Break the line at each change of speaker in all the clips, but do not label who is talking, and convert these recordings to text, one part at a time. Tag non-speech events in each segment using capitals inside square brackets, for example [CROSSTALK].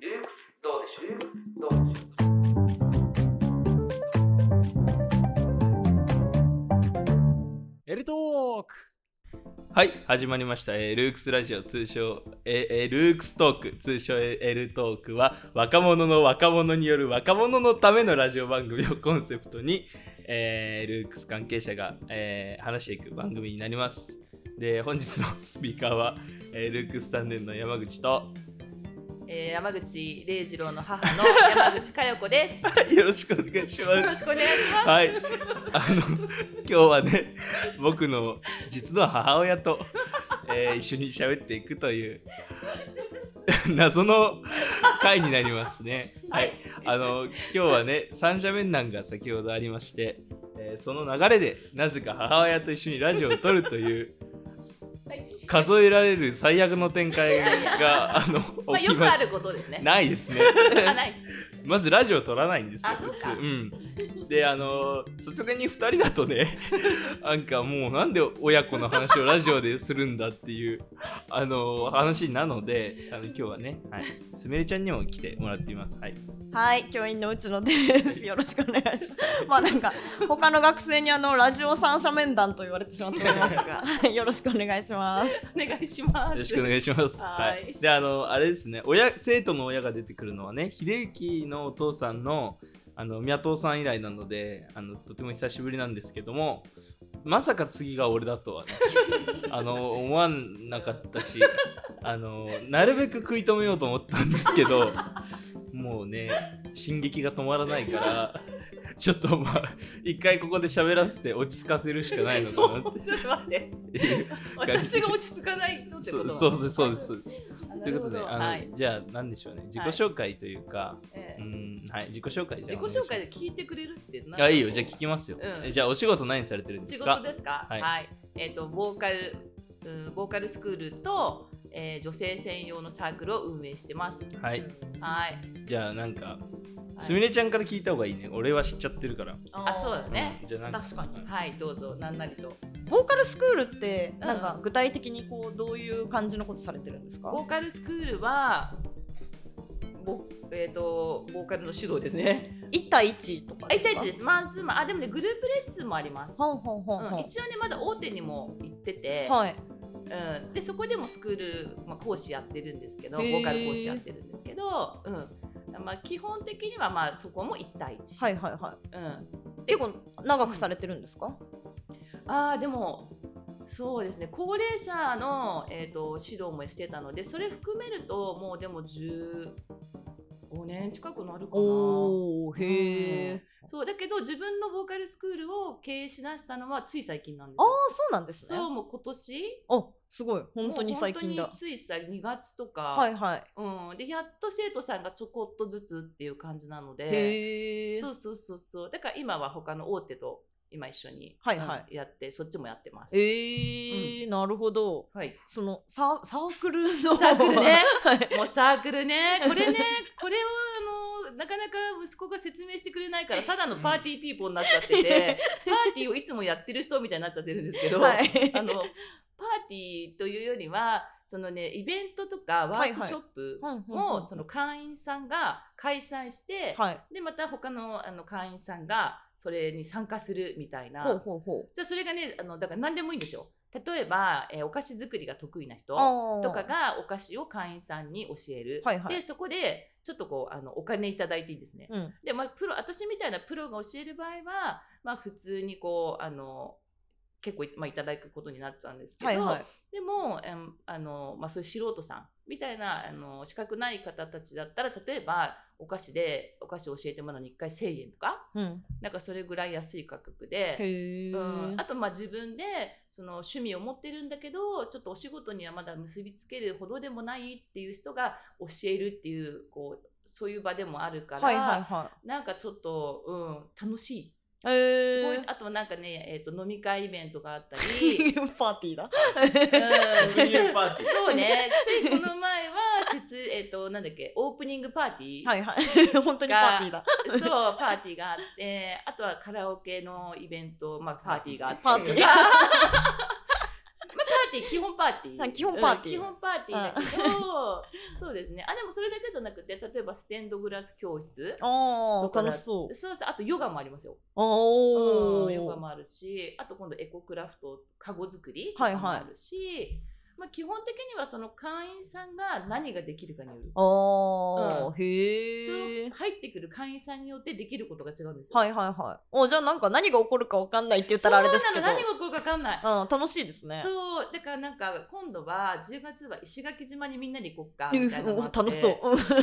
ルークスどうでしょうルークスどうでしょう
エルトーク
はい始まりました、えールークスラジオ通称、えーえールークストーク通称えー L トークは若者の若者による若者のためのラジオ番組を [LAUGHS] コンセプトに、えールークス関係者が、えー話していく番組になりますで本日のスピーカーは、えールークス関連の山口と [LAUGHS]
えー、山口礼二郎の母の山口佳代子です。よ
よろしくお願いしま
ろ
す
しくお願いします。
はいあの今日はね僕の実の母親と、えー一緒に喋っていくという謎の回になりますねはいあの今日はね三者面談が先ほどありまして、えーその流れでなぜか母親と一緒にラジオを撮ると
[LAUGHS]
いう数えられる最悪の展開があの
まあ、
起き
よく
ま
あ
し
ることですね。
ないですね
あない。
まずラジオ撮らないんですよ
あそうか
普通うん、であのーさすがに2人だとね [LAUGHS] なんかもうなんで親子の話をラジオでするんだっていうあのー話なのであの今日はね、はい、すみれちゃんにも来てもらっていますはい
はい、教員の内野です。よろしくお願いし
[LAUGHS]
ます。まあなんか他の学生にあのラジオ三者面談と言われてしまっておりますが、はい [LAUGHS] よろしくお願いします。
お願いします。
よろしくお願いします。
は
はいい。で、あの、あれですね、親、生徒の親が出てくるのはね、秀幸のお父さんの、あの、宮藤さん以来なので、あの、とても久しぶりなんですけども、まさか次が俺だとはね、 [LAUGHS] あの、思わなかったし、あの、なるべく食い止めようと思ったんですけど、もうね、進撃が止まらないから、ちょっとまあ、一回ここで喋らせて落ち着かせるしかないのかなっ
ちょっと待って。
て [LAUGHS] いう
私が落ち着かないのって
そ
こ
う
と
そうですそうですそうです
あな
とい
る
う
ほ
こと
ど
で、あの、
はい。
じゃあ何でしょうね自己紹介というか、
え
う
ー
んはい自己紹介じ
自
ゃ
己
あ
紹介で
で
聞いてくれるってな
あいいよじゃあ聞きますよ、
うん
えじゃあお仕事何されてるんです
仕
か
事です
は
かはいい、えっ、とボーカル、うん、ボーカルスクールと、えー、女性専用のサークルを運営してます
はい
はい
じゃあなんかすみれちゃんから聞いた方がいいね俺は知っちゃってるから、
あそうだね
うんじゃあなんか
確かに
はいどうぞなんなりと
ボーカルスクールって
うん
なんか具体的にこうどういう感じのことされてるんですか？
ボーカルスクールはボ,、えー、とボーカルの指導ですね。
一対一とか
あ
で
一
すか？
対一です。マンツーマン。あでもねグループレッスンもあります。
ほんほんほん
う
ほ
ん、
ん。
一応ねまだ大手にも行ってて、
はい。
うん、でそこでもスクール、まあ、講師やってるんですけどボ
へー
ーカル講師やってるんですけど、うんまあ、基本的にはまあそこも1対1、
はいはいは
うん、
い。結構長くされてるんですか？
あーでもそうですね高齢者の、えー、と指導もしてたのでそれ含めるともうでも15年近くなるかな。
おお
へー
ー。
そうだけど自分のボーカルスクールを経営しだしたのはつい最近なんです
ああ
よ。
そうなんですね
そ。うもう今年
あすごい本当に最近
もう
だ
本当。につい最2月とか、
はいはい。
うん、でやっと生徒さんがちょこっとずつっていう感じなので
へえ。
そうそうそうそうだから今は他の大手と今一緒に、
はいはい
うんやってそっちもやってます。
えーなるほど。
はい、
そのサーサークルの
サークルね
[LAUGHS] はい
もうサークルねこれねこれをあのなかなか息子が説明してくれないからただのパーティーピーポーになっちゃって
[LAUGHS]
てパーティーをいつもやってる人みたいになっちゃってるんですけど、
はい
あのパーティーというよりはそのねイベントとかワークショップ
はいはい
をその会員さんが開催して、
はい
でまた他のあの会員さんがそれに参加するみたいな。
ほうほうほう
じゃあそれがねあのだから何でもいいんですよ。例えば、えーお菓子作りが得意な人
あー
とかがお菓子を会員さんに教える、
はいはい
でそこでちょっとこうあのお金いただいていいんですね、
うん
で、まあ、プロ私みたいなプロが教える場合は、まあ、普通にこうあの結構い,、まあ、いただくことになっちゃうんですけど、
はいはい
でもうんあの、まあ、そういう素人さんみたいなあの資格ない方たちだったら例えばお菓子でお菓子を教えてもらうのに1回1,000円とか
うん
なんかそれぐらい安い価格で。
へえ
うん、あとまあ自分でその趣味を持ってるんだけどちょっとお仕事にはまだ結びつけるほどでもないっていう人が教えるっていうこうそういう場でもあるから、
はいはいは
なんかちょっと、うん、楽しい。
いへ
すごい
え
あとはなんかね、えー、と飲み会イベントがあ
[LAUGHS]
ったり。
パーティ
[LAUGHS]
ーだ
うん
グリーンパーティー
そうねついこの前は節、 [LAUGHS] えっとなんだっけオープニングパーティー、
はいはい [LAUGHS] 本当にパーティーだ
そうパーティーがあってあとはカラオケのイベント、まあ、パーティーがあって
パーティー
まあ、パーテティー基本パー
[LAUGHS]
ティ
あ
ー
基本パーティ
う
ー
ん基本パーティーだけどそうですねあでもそれだけじゃなくて例えばステンドグラス教室
あ
だ
あ
から
楽しそう
そうですあとヨガもありますよ
お
うんヨガ
お
もあるしあと今度エコクラフトカゴ作りも
はいはい
あるし、まあ、基本的にはその会員さんが何ができるかによる
あ
う
ーへ
そう
え
入ってくる会員さんによってできることが違うんですよ。
はいはいはいおじゃあなんか何が起こるかわかんないって言ったらあれですけ
そう
ど
なの何が起こるか分かんない。
うん楽しいですね
そうだからなんか今度は10月は石垣島にみんなで行こっか
う
み
ん
たいなのもあって
[LAUGHS] 楽しそううん
そう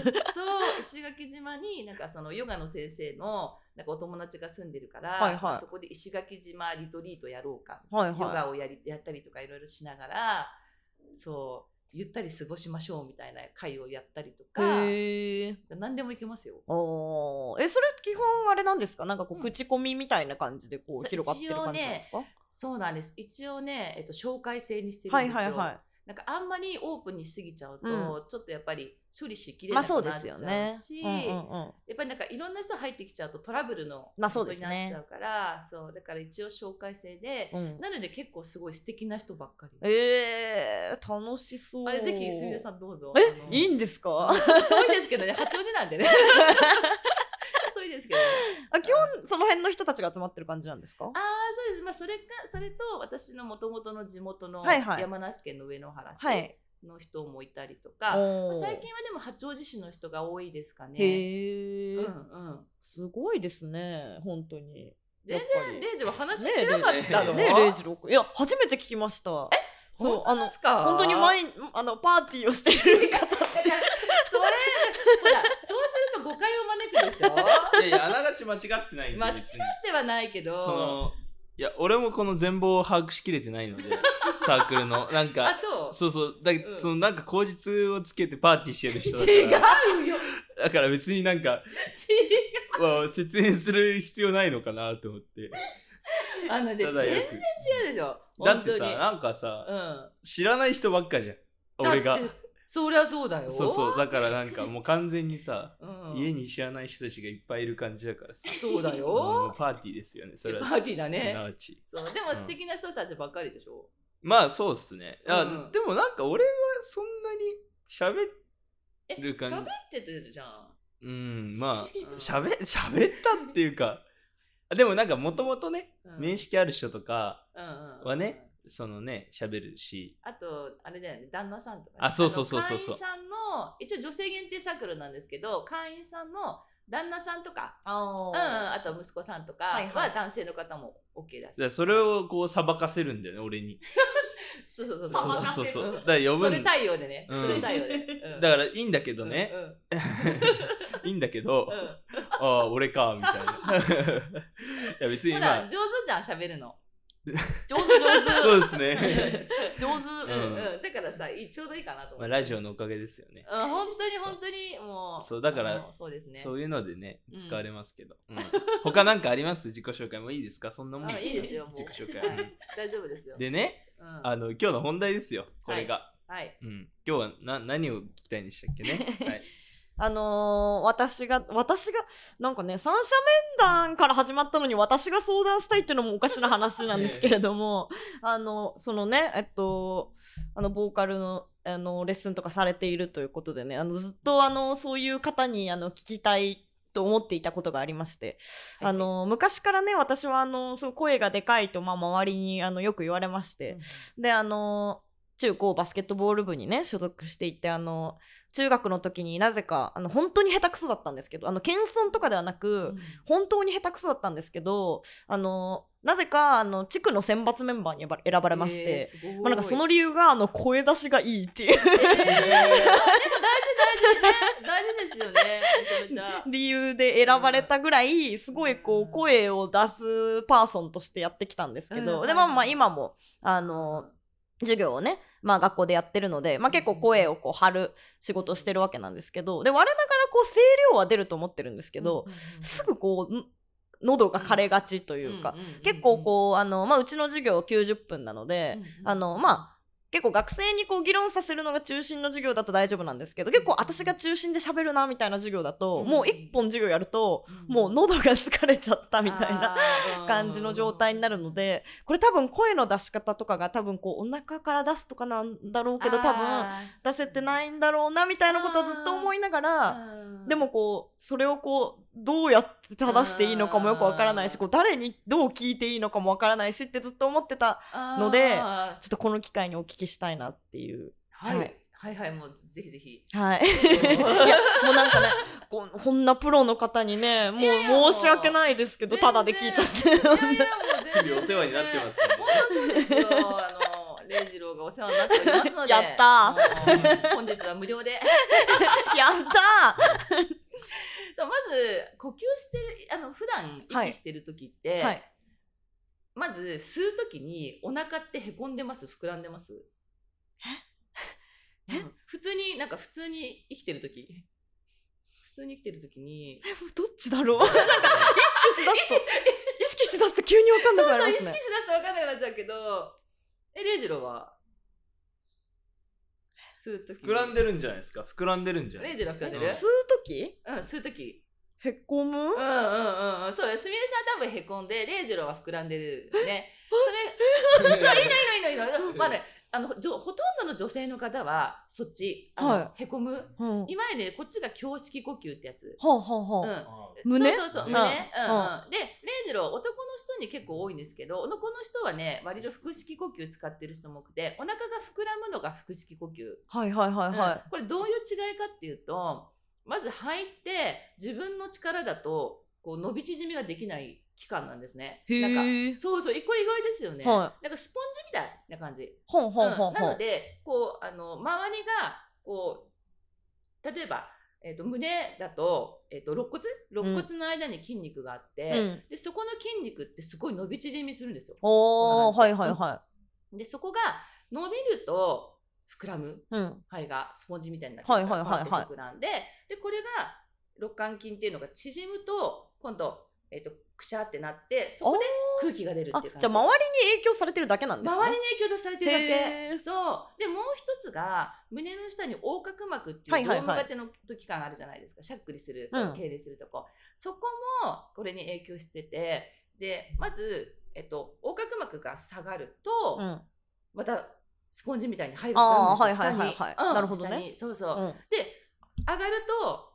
石垣島になんかそのヨガの先生のなんかお友達が住んでるから、
はいはい
そこで石垣島リトリートやろうか
はい
ヨ
は
ガをやりやったりとかいろいろしながらそうゆったり過ごしましょうみたいな会をやったりと
い
か
へえ
何でもいけますよ。
おーえそれ基本あれなんですかなんかこ
うん
う口コミみたいな感じでこ
そう
う広がってる感じなんですか、
そうなんです一応ね、えっと、紹介制にしてる
は
ん
い
ですよ。
はいはい
なんかあんまりオープンにしすぎちゃうと、
う
ちょっとやっぱり処理しきれ
ま
な
あ
く
そ
な
う
っち
で
ゃうし、
すよね、うんうんうん、
やっぱりなんかいろんな人入ってきちゃうとトラブルの
まあそうですね
元になっちゃうから、そうだから一応紹介制で、
うん、
なので結構すごい素敵な人ばっかり。
えー、楽しそう。
あれぜひすみれさんどうぞ。あの
え、いい [LAUGHS] んですか。
ちょっと遠いですけどね、八王子なんで
[LAUGHS]
ね。ちょっと遠いですけど、ね。
あ、基本その辺の人たちが集まってる感じなんですか
あ。あそうです。まあそれかそれと私の元々の地元の
はいはい
山梨県の上野原市
はい。
の人もいたりとか、
おー
最近はでも八王子市の人が多いですかね。
へ
うん
え、
うん。
すごいですね、本当に。
全然レイジは話
ね
してなかったの？
ねレイジ六。いや、初めて聞きました。え、そう
本、
あ
当
の
で、すか？
本当に
毎
毎、あの、パーティーをしている
だ
方。
から [LAUGHS] それほらそうすると誤解を招くでしょ。
いやいやあながち間違ってないんで
間違っ
別に
ではないけど。
そのいや俺もこの全貌を把握しきれてない
[LAUGHS]
のでサークルのなん
あ
か
そう。
そうそうだ、
うん
そのなんか口実をつけてパーティーしてる人
違
だから
うよ。違う。
だから別になんかまあ説明する必要ないのかなと思って
あのね
た
全
だ
然
よ
違
く
うでしょ。
だってさ
本当に
なんかさ
うん。
知らない人ばっかじゃん俺が
だって。そりゃそうだ
[LAUGHS]
よ。
そうそうだからなんかもう完全にさ
うん。
家に知らない人たちがいっぱいいる感じだからさ
そうだ
も
よ。
うパーティーですよねそれは
パーティーだね
すなわち
そうで
う
も
ん
素敵な人たちばっかりでしょ。
まあそうっすねあ、
うん
でもなんか俺はそんなに喋っ
え、
る感じ
喋っててじゃん。
うんまあ
うん
喋喋ったっていうかあでもなんかもともとね
うん
面識ある人とか
うんうんうん
はね。そのね喋るし
あと、あれだよね、旦那さんとかね、
あそうそうそうそうそう
あの会員さんの、一応女性限定サークルなんですけど、会員さんの旦那さんとか、
[LAUGHS] あ
うんうん、あと息子さんとか
はいは
はい男性の方も OK だし。
だからそれをこう裁かせるんだよね俺に
そうそうそう
そうそうそうそうだから呼ぶ
そ
ん
れ
だ
対応でね。
うん
それ対応で。うん
からいいんだけどね、
うんうん
[LAUGHS] いいんだけど、
うん [LAUGHS]
ああ俺かみたいな [LAUGHS] いや別に
ほ
ま
ら、
あ
上手じゃん、喋
[LAUGHS]
るの。
上手上
そうです
[LAUGHS]
ね、
手。上手。
うんうん。だからさ、いいちょうどいいかなと思っ
まあ、
て。
ラジオのおかげですよね、
うん、本当に本当にもう。
そうだから
あのそうですね。
そういうのでね
うん
使われますけど、うん他なんかあります自己紹介もいいですかそんなもん
あいいですよもう
自己紹介、
はい大丈夫ですよ。
でね
うん、
あの今日の本題ですよこれが、
はい。
うん、今日はな何を聞きたいんでした
[LAUGHS]
っけね、はい、
あのー私が、私が、なんかね、三者面談から始まったのに私が相談したいっていうのもおかしな話なんですけれども、あの、そのね、えっと、あの、ボーカルの、あの、レッスンとかされているということでね、あの、ずっと、あの、そういう方に、あの、聞きたいと思っていたことがありまして、
はい
あの、昔からね、私は、あの、そう声がでかいと、まあ、周りに、あの、よく言われまして、であの中高バスケットボール部にね所属していてあの中学の時になぜかあの本当に下手くそだったんですけどあの謙遜とかではなく、本当に下手くそだったんですけどあのなぜかあの地区の選抜メンバーに選ば選ばれまして、
えー、すごい
まあ、なんかその理由があの声出しがいいっていう [LAUGHS]
えー、でも大事大事ね大事ですよねめちゃめちゃ。
理由 [LAUGHS] で選ばれたぐらいすごい
う
こ
ん
う声を出すパーソンとしてやってきたんですけど、
うん
でまあまあ今もあの授業をね、まあ、学校でやってるので、まあ、結構声をこう張る仕事をしてるわけなんですけどで我ながらこう声量は出ると思ってるんですけど、
うんうんうん
すぐこうん喉が枯れがちというか、
んんんん
結構こうあの、まあ、うちの授業90分なので、
うんうん
あのまあ結構学生にこう議論させるのが中心の授業だと大丈夫なんですけど結構私が中心で喋るなみたいな授業だ
う
と、
ん
もう一本授業やると
うん
もう喉が疲れちゃったみたいな
な
感じの状態になるのでこれ多分声の出し方とかが多分こうお腹から出すとかなんだろうけど多分出せてないんだろうなみたいなことはずっと思いながらでもこうそれをこうどうやって正していいのかもよくわからないし
あー
こう誰にどう聞いていいのかもわからないしってずっと思ってたの
の
で
は
ちょっとこの機会にお聞きしたいなっていう。
い、
は
はいい、はいもうぜひぜひ
はい、いやもうなんかねここんなプロの方にねも
いやいやも
う
う
申し訳ない
[LAUGHS]
ですけど
全
た
然
だで聞いちゃって
いやいやもう全然
日々お世話になってますんで
本当そうですよ。あの、礼二郎がお世話になっておりますので。
やった
ー。本日は無料で。 [LAUGHS]
[LAUGHS] やった
そうまず、呼吸してる、あの、普段
はい
息してる時って、
ー、はい、
まず吸う時に、お腹ってへこんでます膨らんでますうん普通に、なんか普通に生きてる時普通に生きてる時に、
どっちだろうなんか意識しだすと意識しだすと急に分かんなくな
そう
り
意
ま
識
す
しだすと分
ね
かんなくなっちゃうけど、え、礼二郎は吸う時
膨らんでるんじゃないですか膨らんでるんじゃない
レ
で
イ
す
ジロ膨らんでる
え
吸う時
うん、吸う時
へこむ
うんうんうんうんそうよすみれさんは多分へこんでレイジロは膨らんでるね
か
それそういいのいいのいいのいいのまあねあのじょほとんどの女性の方はそっちあの、
は
へこむ
うんは
今よりこっちが胸式呼吸ってやつ、
あはあ
う
はあ、
ん、
胸
そうそうそう
うん
胸、うんうん
う
でレイジロ男の人に結構多いんですけど男の人はね割と腹式呼吸使ってる人も多くてお腹が膨らむのが腹式呼吸
はいはいはいはい、
これどういう違いかっていうとまず肺って自分の力だとこう伸び縮みができない器官なんですね。
へ
なんか
え
そうそうこれ意外ですよね。
は
なんかスポンジみたいな感じ。
ほんほん
うん
ほん
な
ほ
の
ん
でこうあの周りがこう例えば、えっと胸だと,、えっと肋骨肋骨の間に筋肉があって、
うん
でそこの筋肉ってすごい伸び縮みするんですよ。
おー
そうな
は
いんです
はいは
でそこが伸びると膨らむ
いうん
肺がスポンジみたいになって
はいはいはいはい
パンって膨らんででこれが肋間筋っていうのが縮むと今度、えっとくしゃってなってそこで空気が出る
あ
っ
じ
てい
ゃ
う
あ
感じ
周りに影響されてるだけなんですね
周りに影響出されてるだ
へー
けそうでもう一つが胸の下に横隔膜って
はいいうはい
ド
は
ー
い
ム型の器官あるじゃないですかしゃっくりする
うん
痙攣するとこ、そこもこれに影響しててでまず、えっと、横隔膜が下がると、
うん
またスポンジみたいに肺
あ
が
ー
膨らむんですよ下
はいはい
に
はいはい
うん
なるほどね
下にそうそう、
うん
で上がると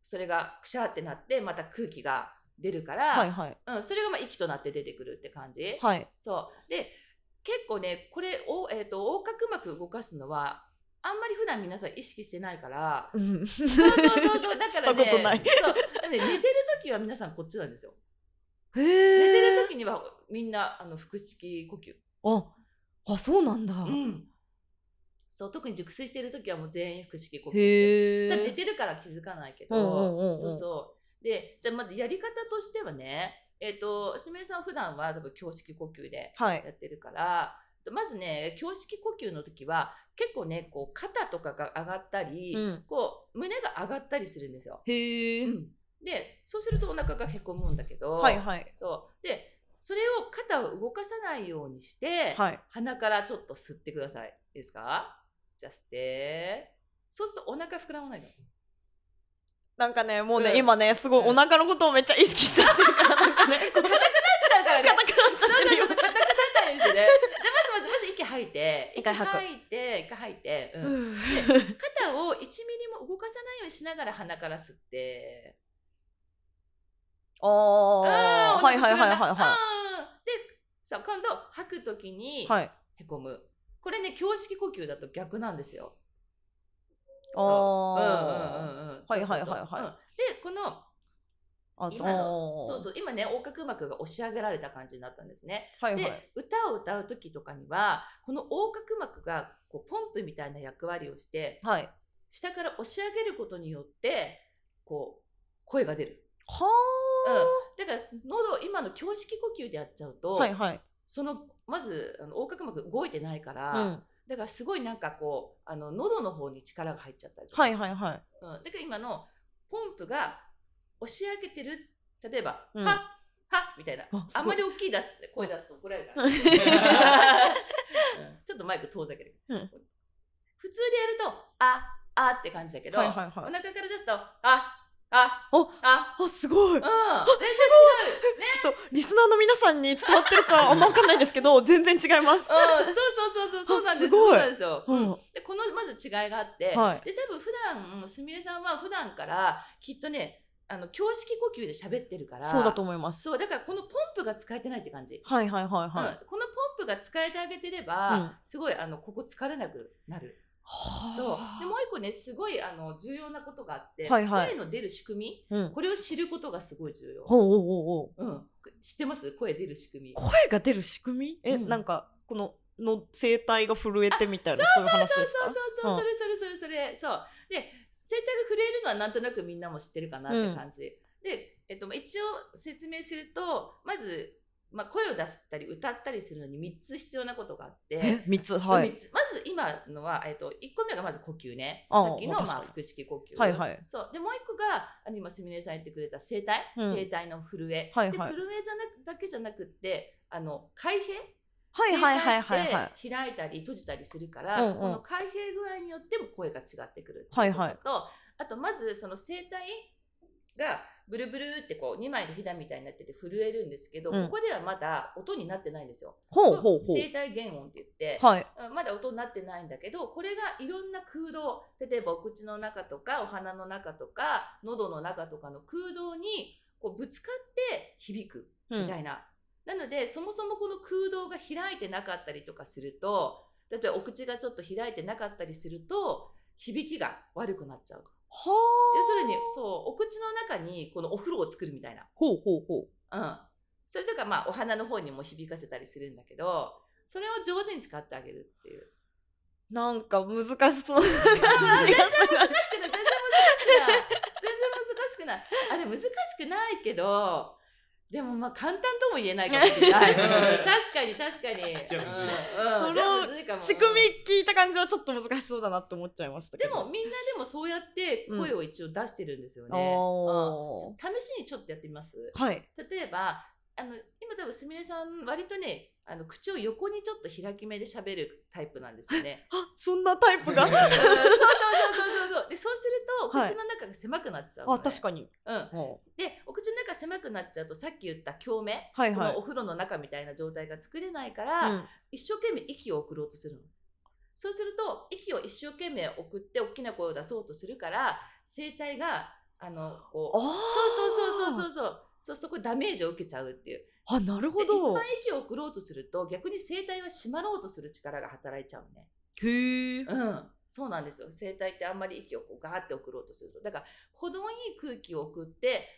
それがくしゃってなってまた空気が出るから、
はいはい
うん、それがまあ息となって出てくるって感じ、
はい
そうで結構ねこれを、えー、と横隔膜動かすのはあんまり普段皆さん意識してないから
う
[LAUGHS] そ
ん
うそうそうそうだ
し
から
た
ね
ことない
そうだからね寝てる時は皆さんこっちなんですよ
へ
寝て
え
る時にはみんなあの腹式呼吸
ああそうなんだ、
うんそう特に熟睡してる時はもう全員腹式呼吸してる
へえ
ただ寝てるから気づかないけど、
うんうんうんうん
そうそうでじゃあまずやり方としてはねえっ、とすみれさん普段は多分胸式呼吸で
はい
やってるから、まずね胸式呼吸の時は結構ねこう肩とかが上がったり、
うん
こう胸が上がったりするんですよ。
へえ、
うんでそうするとお腹がへこむんだけど、
はいはい
そうでそれを肩を動かさないようにして、
はい
鼻からちょっと吸ってください。いいですかじゃあ吸ってそうするとお腹膨らま
[LAUGHS]
ないの。
なんかねもうね、
うん
今ねすごいお腹のことをめっちゃ意識しちゃってるからなんかねちょっと硬くなっ
だから
[LAUGHS]
ね
ちゃってるよ
そうそうそう硬くなったりしてね。じゃあまずまずまず息吐いて
一回吐く
息いて一回吐いて、うん肩を1ミリも動かさないようにしながら鼻から吸って。
[LAUGHS] ああ
あ
ー
ー
はいはいはいはい
お腹膨らんだ
は
あーでさあ今度吐くときに
いはい
へこむ。これね、胸式呼吸だと逆なんですよ。そ
あ
うう
ー
んうんうんうん
はいはい
そうそう
はいはい
そううんで、この
あ
今の、
そ
そう
う
そう、今ね、横隔膜が押し上げられた感じになったんですね。
はいはい
で、歌を歌う時とかには、この横隔膜がこうポンプみたいな役割をして、
はい
下から押し上げることによって、こう、声が出る。
は
うん、だから喉今の胸式呼吸でやっちゃうと、
あはいはい
そのまずあの横隔膜動いてないから、
うん
だからすごいなんかこうあの喉の方に力が入っちゃったりとか
は
す
い
る、
はいは
うん、
い
だから今のポンプが押し上げてる例えば「
うん
はっはっ」みたいな
あすご
[LAUGHS] あんま
い [LAUGHS]
り大きい出す声出すと怒られるからちょっょっとマイク遠ざける、
うん
普通でやるとああって感じだけど、
はいはい
お
はい。
腹から出すとああ
お
あ
あすご
う
い。
ん
ちょ
全然違う
っとリスナーの皆さんに伝わってるかあんま分かんないんですけど、全然違いま
うん、そう
す。
そうそうそうそうなんです
あすごい
そうなんですよ
うん。は
でこのまず違いがあって、
はい
で多分普段うんすみれさんは普段からきっとねあの胸式呼吸で喋ってるから
そうだと思います。
そうだからこのポンプが使えてないって感じ、
はいはいはいはい。
うん、このポンプが使えてあげてれば、
うん
すごいあのここ疲れなくなる
はあ
そうでもう一個ねすごいあの重要なことがあって、
はいはい
声の出る仕組
うん
み。これを知ることがすごい重要、
ほうほうほうほう。
うん、知ってます声出る仕組み
声が出る仕組み？え、
うん
なんかこのの声帯が震えてみたいなそういう話
そう
です
そう
か？
そうそう、
うん
それそれそれそれそうで声帯が震えるのはなんとなくみんなも知ってるかなって感じ、で、えっと、一応説明するとまず、まあ、声を出したり歌ったりするのに3つ必要なことがあって
え、三つはい
三。つまず今のは、えっと、1個目がまず呼吸ね
ああ
さっきの、
確かに
まあ、腹式呼吸、
はいはい
そうでもう1個があの今すみれさん言ってくれた声帯、
うん
声帯の震え、
はいはい
で震えじゃなくだけじゃなくってあの開閉
はいはいはいはいは
声帯って
い。
開いたり閉じたりするから、
うんうん
そこの開閉具合によっても声が違ってくる
はいはい
ってうこととあとまずその声帯がブルブルってこう2枚のひだみたいになってて震えるんですけど、
うん
ここではまだ音になってないんですよ。
ほうほうほ
声帯原音って言って、
う。はい。
うんまだ音になってないんだけどこれがいろんな空洞例えばお口の中とかお鼻の中とか喉の中とかの空洞にこうぶつかって響く
うん
みたいな。なので、そもそもこの空洞が開いてなかったりとかすると、例えばお口がちょっと開いてなかったりすると、響きが悪くなっちゃう。
は
要する
あ。
に、そう、お口の中にこのお風呂を作るみたいな。
ほうほうほう。
うん。それとか、まあ、お鼻の方にも響かせたりするんだけど、それを上手に使ってあげるっていう。
なんか難し [LAUGHS] そ
あ
うな
ー
感じがする。
難しくない、全然難しくない。全然難しくない。あれ、難しくないけど、でもまあ簡単とも言えないかもしれ
[LAUGHS]
ない。うん確かに確かに。
じゃあむずい
うんうん
その
じゃあむずいかも
仕組み聞いた感じはちょっと難しそうだなって思っちゃいましたけ
で
ど。
もみんなでもそうやって声を一応出してるんですよね。
おー
うんちょ試しにちょっとやってみます
はい。
例えばあの今多分すみれさん割とねあの口を横にちょっと開き目で喋るタイプなんですよ
[LAUGHS]
ね。
あそんなタイプが。
うんそうそうそうそうそうそう。でそうすると
はい
口の中が狭くなっちゃうのね、
あ確かに。
うん、
ほう
でお口の中狭くなっちゃうとさっき言った共鳴、
はい
こ
はい
のお。風呂の中みたいな状態が作れないか
う
ら、
ん
一生懸命息を送ろうとするの。そうすると息を一生懸命送って大きな声を出そうとするから声帯があのこ
あ
う
ー
そうそうそうそうそうそうそこダメージを受けちゃうっていう。
あなる
で
ほ
いっ
ど
ぱい。息を送ろうとすると逆に声帯は締まろうとする力が働いちゃうのね。
へえ。
うん、そうなんですよ声帯ってあんまり息をこうガーって送ろうとするとだから程いい空気を送って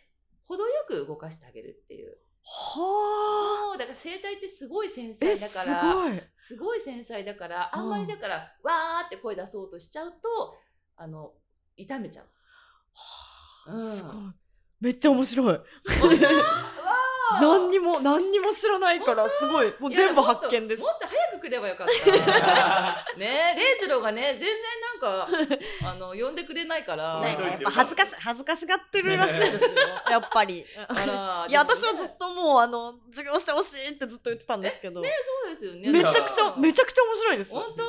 程よく動かしてあげるっていう。
はあ。
そうだから声帯ってすごい繊細
え
だ
す
から。
ごい。
すごい繊細だからあんま
う
り
ん
だからわーって声出そうとしちゃうとあの痛めちゃう。うん
すごい。めっちゃ面白い。
あー
何にも何にも知らないからすごいもう
い
い
や
全部発見です
も。っともっと早く来ればよか
[LAUGHS]
った。ねえ、レイジローがね、全然
[LAUGHS]
なんか、あの、呼んでくれないから。
なんかやっぱ
恥ずかし恥ずかしがってるらしいですよやっぱり。
あら
いや私はず
と。
っともうあの授業してほしいってずっと言ってたんですけど、
ねそうですよね。
めちゃくちゃめちゃくちゃ面白いです。
本当、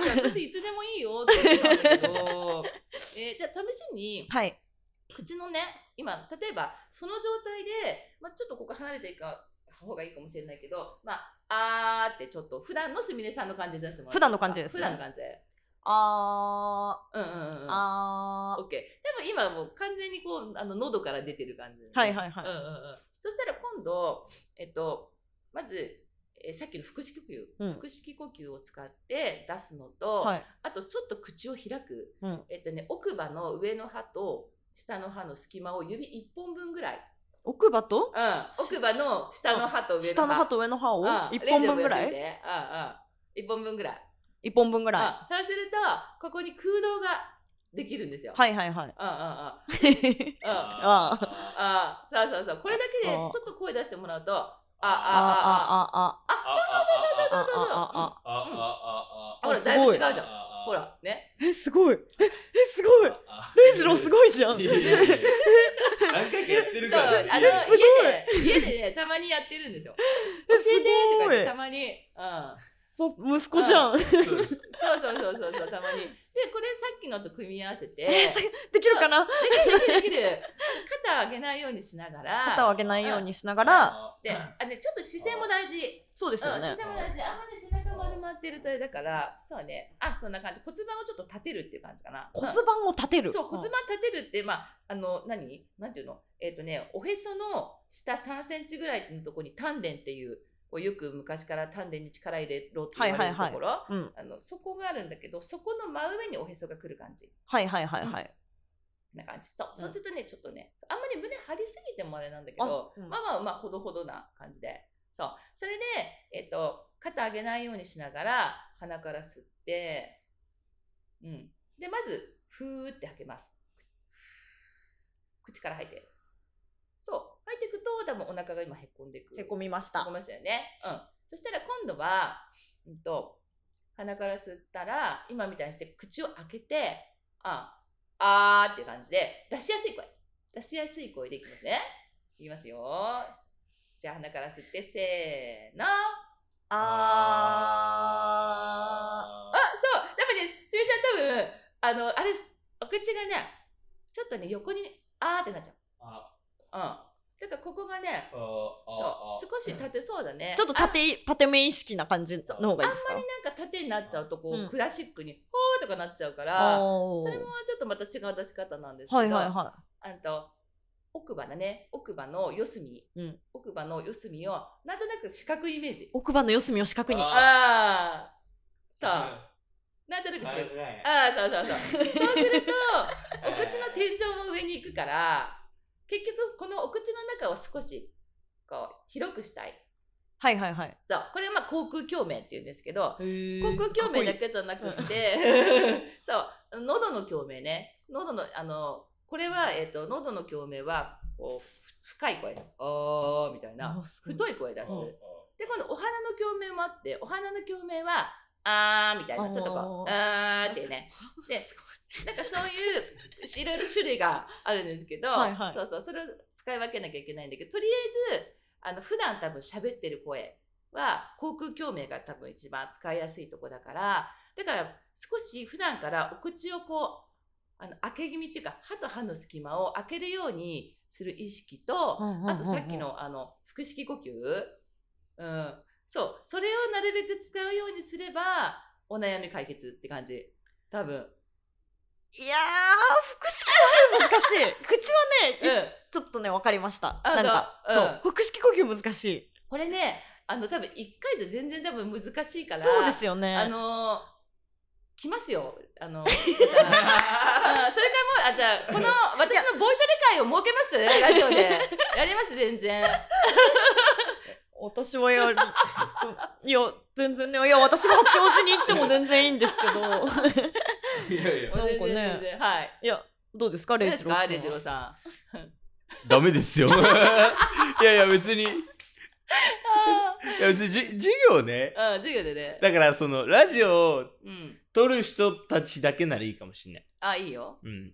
う
いや私いつでもいいよって言ってたんだけ
[LAUGHS]
ど。えーじゃあ試しに、
はい
口のね今例えばその状態で、まあ、ちょっとここ離れていか方がいいかもしれないけどまああーってちょっと普段のすみれさんの感じで出してもらっていい
普段の感じですね
普段の感じで
あ
うんうんうん
あ
オッケー多分今もう完全にこうあの喉から出てる感じ、
はいはいはい
うんうんうん、そしたら今度えっとまずえーさっきの腹式呼吸、
うん
腹式呼吸を使って出すのと、
はい
あとちょっと口を開く、
うん
えっとね、奥歯の上の歯と下の歯の隙間を指1本分ぐらい、
奥歯と
うん、奥歯の下の歯と上の歯
下の歯と上の歯を
うん
一本分ぐ
レ
ら
イジャーもやってみ
い
てうんうん一本分ぐらい、
一本分ぐらい
うんそうするとここに空洞ができるんですよ。い
はいはいはい
うんうんうんうん
あー
あそうそうそうこれだけでち
あ
ょっと声出してもらうとあああああ
ああああああああ
ほら
あ
だいぶ違うじゃん
す
ほらね
えすごいええすごいレイジローすごいじゃん
いやいやいや何回かやって
そう
るか
あ
ら
の
ね
家
いや
で家でねたまにやってるんですよ教えてとか言って
すごい
たまにうん
そう息子じゃ [LAUGHS]
そう
ん。
です
そうそうそうそうそうたまにでこれさっきのと組み合わせて
えさできるかな
できるできるできる肩上げないようにしながら
肩を上げないようにしながら、
であねちょっと姿勢も大事
そうですよ
うん、
ね
姿。勢も大事あんまり背中丸まってるとあれだからそうねあそんな感じ骨盤をちょっと立てるっていう感じかな
骨盤を立て
うん
る。
そう骨盤立てるってまああの何なんていうのえっ、とねおへその下3センチぐらいのところに丹田っていうこうよく昔から丹田に力入れろって言われるところ、
うん。うん
あのそこがあるんだけどそこの真上におへそが来る感じ
はいはいはいはい。
な感じそう
うん
そうするとね、ちょっとねあんまり胸張りすぎてもあれなんだけど、
あうん
まあまあまあほどほどな感じでそうそれで、えっと肩上げないようにしながら鼻から吸って、うん、でまずふーって吐けます口から吐いてそう吐いていくと多分お腹が今へこんでいく
へこみまし
ご
た。
めんなさいね。うん。そしたら今度は、うんと、鼻から吸ったら、今みたいにして口を開けて、あ、あーっていう感じで、出しやすい声。出しやすい声でいきますね。いきますよ。じゃあ鼻から吸って、せーの。
あ
あ、そう、ダメです。すみちゃん多分、あの、あれ、お口がね、ちょっとね、横に、あーってなっちゃう。
あ
うん。だからここがね、
あああ
そう、少し立てそうだね。
ーちょっと
あ
縦縦目意識な感じの方がいいですか。
なんか縦になっちゃうとこう、
うん
クラシックに「ほー」とかなっちゃうからそ
そ
れもちょっとまた違う出し方なんですけど、
はいはいは
あと奥歯だね奥歯の四隅、
うん
奥歯の四隅をなんとなく四角いイメージ
い。奥歯の四隅を四角に。
あ
ああそう
あ
なんとなく四角い
ない
ああそうそうそうそうするとお口の天井も上に行くから結局このお口の中を少しこう広くしたい
はいはいはい。
そうこれはまあ口腔鏡面っていうんですけど
航
口腔共鳴だけじゃなくて、そう喉の共鳴ね喉のあのこれは、えっと喉の共鳴はこうふ深い声「おー」みたいな太
い。
い声出す、
うん
で今度お花の共鳴もあってお花の共鳴は「あー」みたいなちょっとこ
お
う「あー」っていうねでなんかそういういろいろ種類があるんですけど
はいはい
そうそうそれを使い分けなきゃいけないんだけどとりあえずあの普段多分喋ってる声は口腔共鳴が多分一番使いやすいとこだからだから少し普段からお口をこうあの開け気味っていうか歯と歯の隙間を開けるようにする意識と、
うんうんうんうん
あとさっきのあの腹式呼吸、うん、そうそれをなるべく使うようにすればお悩み解決って感じ多分。
いやー、腹式呼吸難しい。口はね、ちょっとね、わかりました。
あ
なんか、
そう
そうう、腹式呼吸難しい。
これねあの多分一回じゃ全然多分難しいから
そうです
あ
よね。
のー、来ますよ。あ
[LAUGHS]
のー、だからあーそれからもう、あ、じゃあ、この、私のボイトレ会を設けますラジオで。やります、全然。
私はやる。 [LAUGHS] いや、全然ね、いや、私も八王子に行っても全然いいんです
[LAUGHS]
けど。
いやいや
なんか
全然
ね
全然はい。
いや、どうですか、
どう
レイ
で
ジ
す
ロー
か、
君
レジロ
は。 [LAUGHS]
さん。
ダメですよいやいや別にいや別にじ授業ね
うん、授業でね。
だからそのラジオを
うん。
撮る人たちだけならいいかもしんない
あ、いい
[LAUGHS]
よ。
うん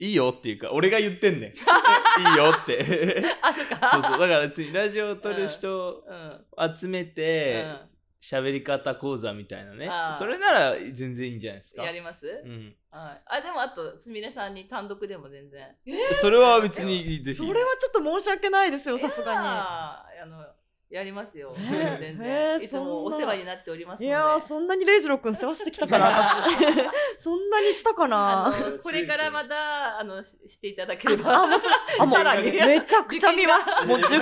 いいよっていうか俺が言ってんねんいいよって
あ、そっか。
そうそうだから別にラジオを撮る人を
うん。
集め
う
て
ん。
喋、り方講座みたいなね
あー
それなら全然いいんじゃないですか
やります、
うん、
はい。あ、でも、あと、すみれさんに単独でも全然。
それは別にぜひ
それはちょっと申し訳ないですよ、さすが
あーあの、やりますよ。
ね
全
え
然。
ー
いつもお世話になっておりますので。
に。いやー、そんなにレイジロー君世話してきたから、
[LAUGHS]
私。そんなにしたか
あ
なあ
のこれからまたあのししていただけれ
あ、
ば
もうそれ、あ、もう、
さらに
めちゃくちゃ見ます。もう受験、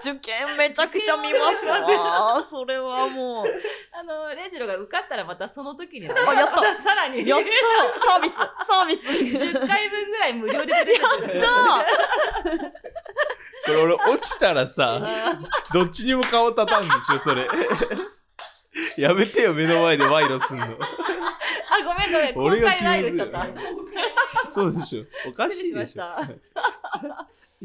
受験めちゃくちゃ見ますわ。あーそれはもう、
[LAUGHS] あのレイジロが受かったらまたその時にあ
やった
さらに
やっ
10
とサービス、サービス。
回分ぐらい無料でプレゼントす
じ
る
ゃあ、
これ俺落ちたらさどっちにも顔たたんでしょそれ [LAUGHS] やめてよ目の前で賄賂すん
[LAUGHS]
の
あごめんごめん
俺
公
が
開
決
ラ
め
イブ
る
しち
よ
ゃった
そうでしょおかしいでしょ
失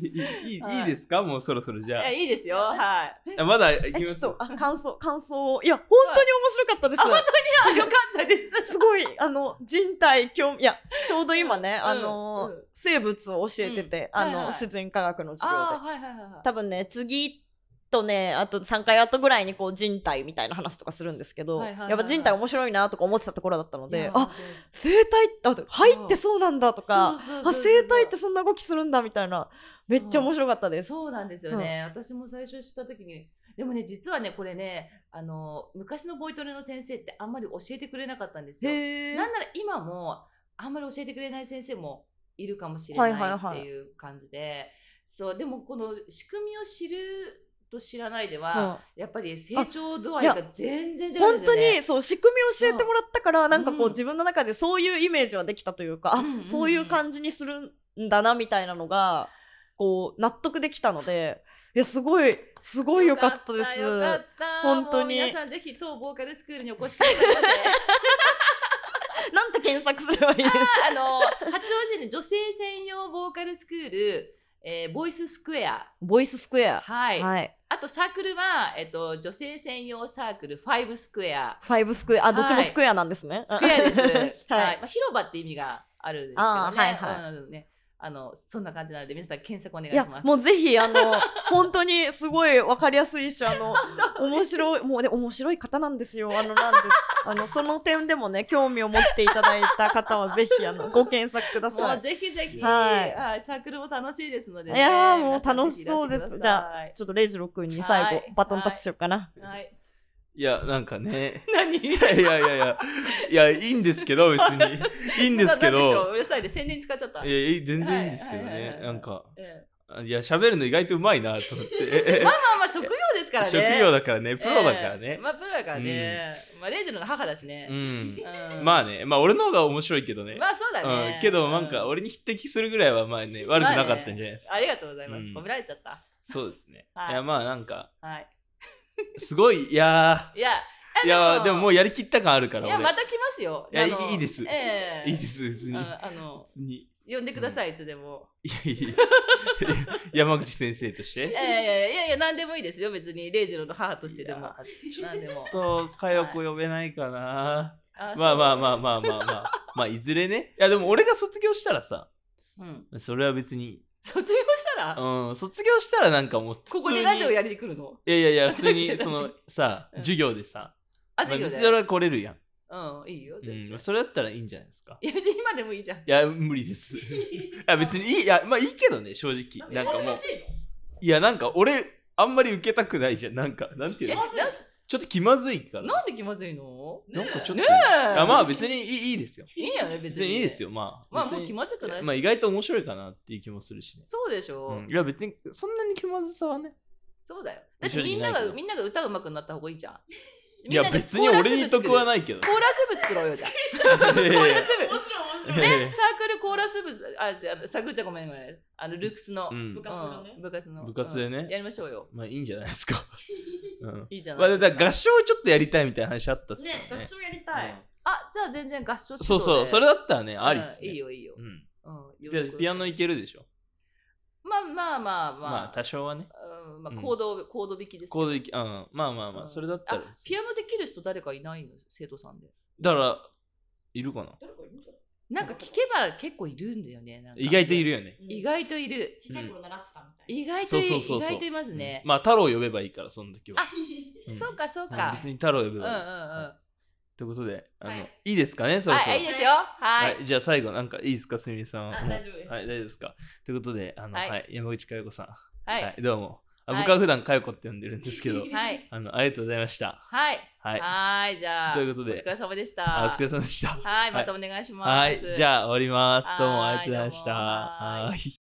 い [LAUGHS] いいい
はい
いいですかもうそろそろじゃ
えいいですよはい
あまだ行き
え、
ま
ちょっ
す
と、あ、感想、感想をいや、本当に面白かったです。
あよかったです
すごい、あの、人体興味、いや、ちょうど今ね、あ
う
の
んうん、
生物を教えてて、
うん
あ
はいは
の、
い
自然科学の授業
[LAUGHS] あ
で。
はいはいはいはい
多分ね、次、とねあと3回後ぐらいにこう人体みたいな話とかするんですけど、
はいはいはいはい
やっぱ人体面白いなとか思ってたところだったの
い
で
や
あ生体ってあ入ってそうなんだと
そ
か
うそうそう
あ
そう
生体ってそんな動きするんだみたいなめっちゃ面白かったです。
そうなんですよね、私も最初知った時にでもね実はねこれねあの昔のボイトレの先生ってあんまり教えてくれなかったんですよ。
へー
なんなら今もあんまり教えてくれない先生もいるかもしれない
はいはいは
っ
い
ていう感じで、そうでもこの仕組みを知ると知らないでは、やっぱり成長度合い
あい
が全然違うん
本
です
当
よね。
にそう仕組みを教えてもらったからなんかこ
うん
う自分の中でそういうイメージはできたというか、
うんうんうん
あそういう感じにするんだなみたいなのがこう納得できたのでいやすごいすごい良かったです。
よかった
本当に
もう皆さんぜひ当ボーカルスクールにお越しくださいませ。
なんて検索すればいいですか
あの八王子に女性専用ボーカルスクール、えーボイススクエア、
ボイススクエア。
はい
はい。
あとサークルは、えっと女性専用サークルファイブスクエア
ファイブスクエア。あ、どっち
は
も
い
スクエアなんですね。
スクエア
[LAUGHS]
です
は
はい、
い。
まあ、広場って意味があるんですけどね
あーはいは
うんねあのそんな感じなので皆さん検索お願い
い
し
や
ます
もうぜひあの本当にすごいわかりやすいしあの面白いもうね面白い方なんですよあのなんであのその点でもね興味を持っていただいた方はぜひあのご検索くだ
も
さ
う
い。
ぜひぜひ、
はい
はい、サークルも楽しいですので、
い
ね、
やーも
皆
う
さん
楽
ぜひい
し
ら
そ
し
う
てく
で
ださい
す。じゃあちょっとレイジロ君に最後
はい
バトンタッチしようかな。
はい、
いや、なんかね。 [LAUGHS]
何
いやいやいやいや、いや、いいんですけど、別に。いいんですけ
なんでしょう
ど。
うるさいで宣伝使っちゃった
いや、いい全然いいんですけど
はいはいはい
ね
は。い
なんか、
うん
いや、喋るの意外とうまいなと思
[LAUGHS]
って。
まあまあ職業ですからね
職業だからね、プロだからね
ええ。まあプロだからね、まあレイジの母だしね、
うん。
うん
まあね、まあ俺の方が面白いけどね。
まあそうだね、
うん、けどなんか
う
俺に匹敵するぐらいはまあね、悪くなかったんじゃないですか。
ありがとうございま
う
す、
ん
褒められちゃった
そうですね。
はい
いやまあなんか、
はい
すごい、いや
いや
ー、いやーでももうやりきった感あるから
いや
俺
また来ますよ
いや
あの
いいいいです
ええ
いいです、別
う
に。
ん
別
あの
に。
呼んでください、いつでも
いやいやいや山口先生とし
い
て。
やいやいやいや何でもいいですよ別にレイジの母としてで
い [LAUGHS]
も
や
何でも
ちょっと、佳代子呼べないかな。
あ
まあまあまあ
あ
まあまあまあ。まあいずれね。いやでも俺が卒業したらさ、
そう、うん、
それは別に。
卒業したら、
うん、卒業したらなんかもう普通
こ
に。
こでラジオやりに来るの
いやいや
[LAUGHS]
いや、普通
違う
にそのさ、
うん
授業でさ、
あ
まあ
授業で、
別にそれは来れるやん。
うんいいよ全然、
うん、それだったらいいんじゃないですか。
いや別に今でもいいじゃん
いや、無理です。いや、別にいい、いや、まあいいけどね、正直。なん
[LAUGHS]
かもう、
しいの
いや、なんか俺、あんまり受けたくないじゃん。なんか、なんていうのちょっと気まずいから。
ななんで気まずいの
なんかちょっと。
ねえ
いやまあ別にいいいいですよ。
いいよね別
別
に
にいいですよ。まあ。
まあもう
別
気
に
まずくないし、
まあ意外と面白いかなっていう気もするしね。
そうでしょ、
うんいや別にそんなに気まずさはね。
そうだよだって
正直
みんなが
ないけど
みんなが歌うまくなった方がいいじゃん
いや別に俺に得は
ない
ないけど。
コーラス部作ろうよ
[LAUGHS]
じゃん
いやいや
コー
い
ラ
や
ス部
いやいや
ね、サークルコーラス部ああのサークルじゃごめんごめんあのルックスの、
う
うん
ん
部活のね
部活の
部活でね
うんやりましょうよ
まあいいんじゃないですか。うん。
[LAUGHS] いいじゃ
ま
な
あ
い
だ
で
か
すから
合唱をちょっとやりたいみたいな話あったっすよね。
合唱やりたい。
あじゃあ全然合唱指導で
そうそう、それだったらね、
うん
ありっすね。
いいよいいよ
う、ん。
うん
ピアピアノいけるでしょ。
まあまあまあまあ、
まあ多少はね。
うんまあ、
うん
コード、コード引きです
コード
引
いけ、うん。まあまあま
う
あ、
ん
それだったら。
ピアノできる人誰かいないの生徒さんで
だから、いるかな
なんか聞けば結構いるんだよねなんか
意外といるよね。
意外といる
ちっちゃい頃習ってたみたい
意外と
そ
いうる
そうそうそう
意外といますね、
うんまあ太郎呼べばいいから、その時は。うん
そうかそうか
別に太郎呼べ
うん
ば
うんう
いい
ん
です。はいということで、あの、
はい
い、いですかね、そろそ
は
ろ。
いいいですよはい、
はいじゃあ最後、なんかいいですか、すみれさんは。
あ
[LAUGHS]
大丈夫です
はい、大丈夫ですか。ということで、あの、
は
はいい、山口佳代子さん。
はい
どうも。あ
はい
僕は普段佳代子って呼んでるんですけ
[LAUGHS]
ど、
はい
あの、ありがとうございました。
はい
はい。
はいじゃあ
ということで
お疲れ様でし
あ
た
お疲れ様でした。
はいまたお願いします
はい、じゃ
あ
あ終わります。どうも
はい
ありがとうございました。
どうもはい
はい。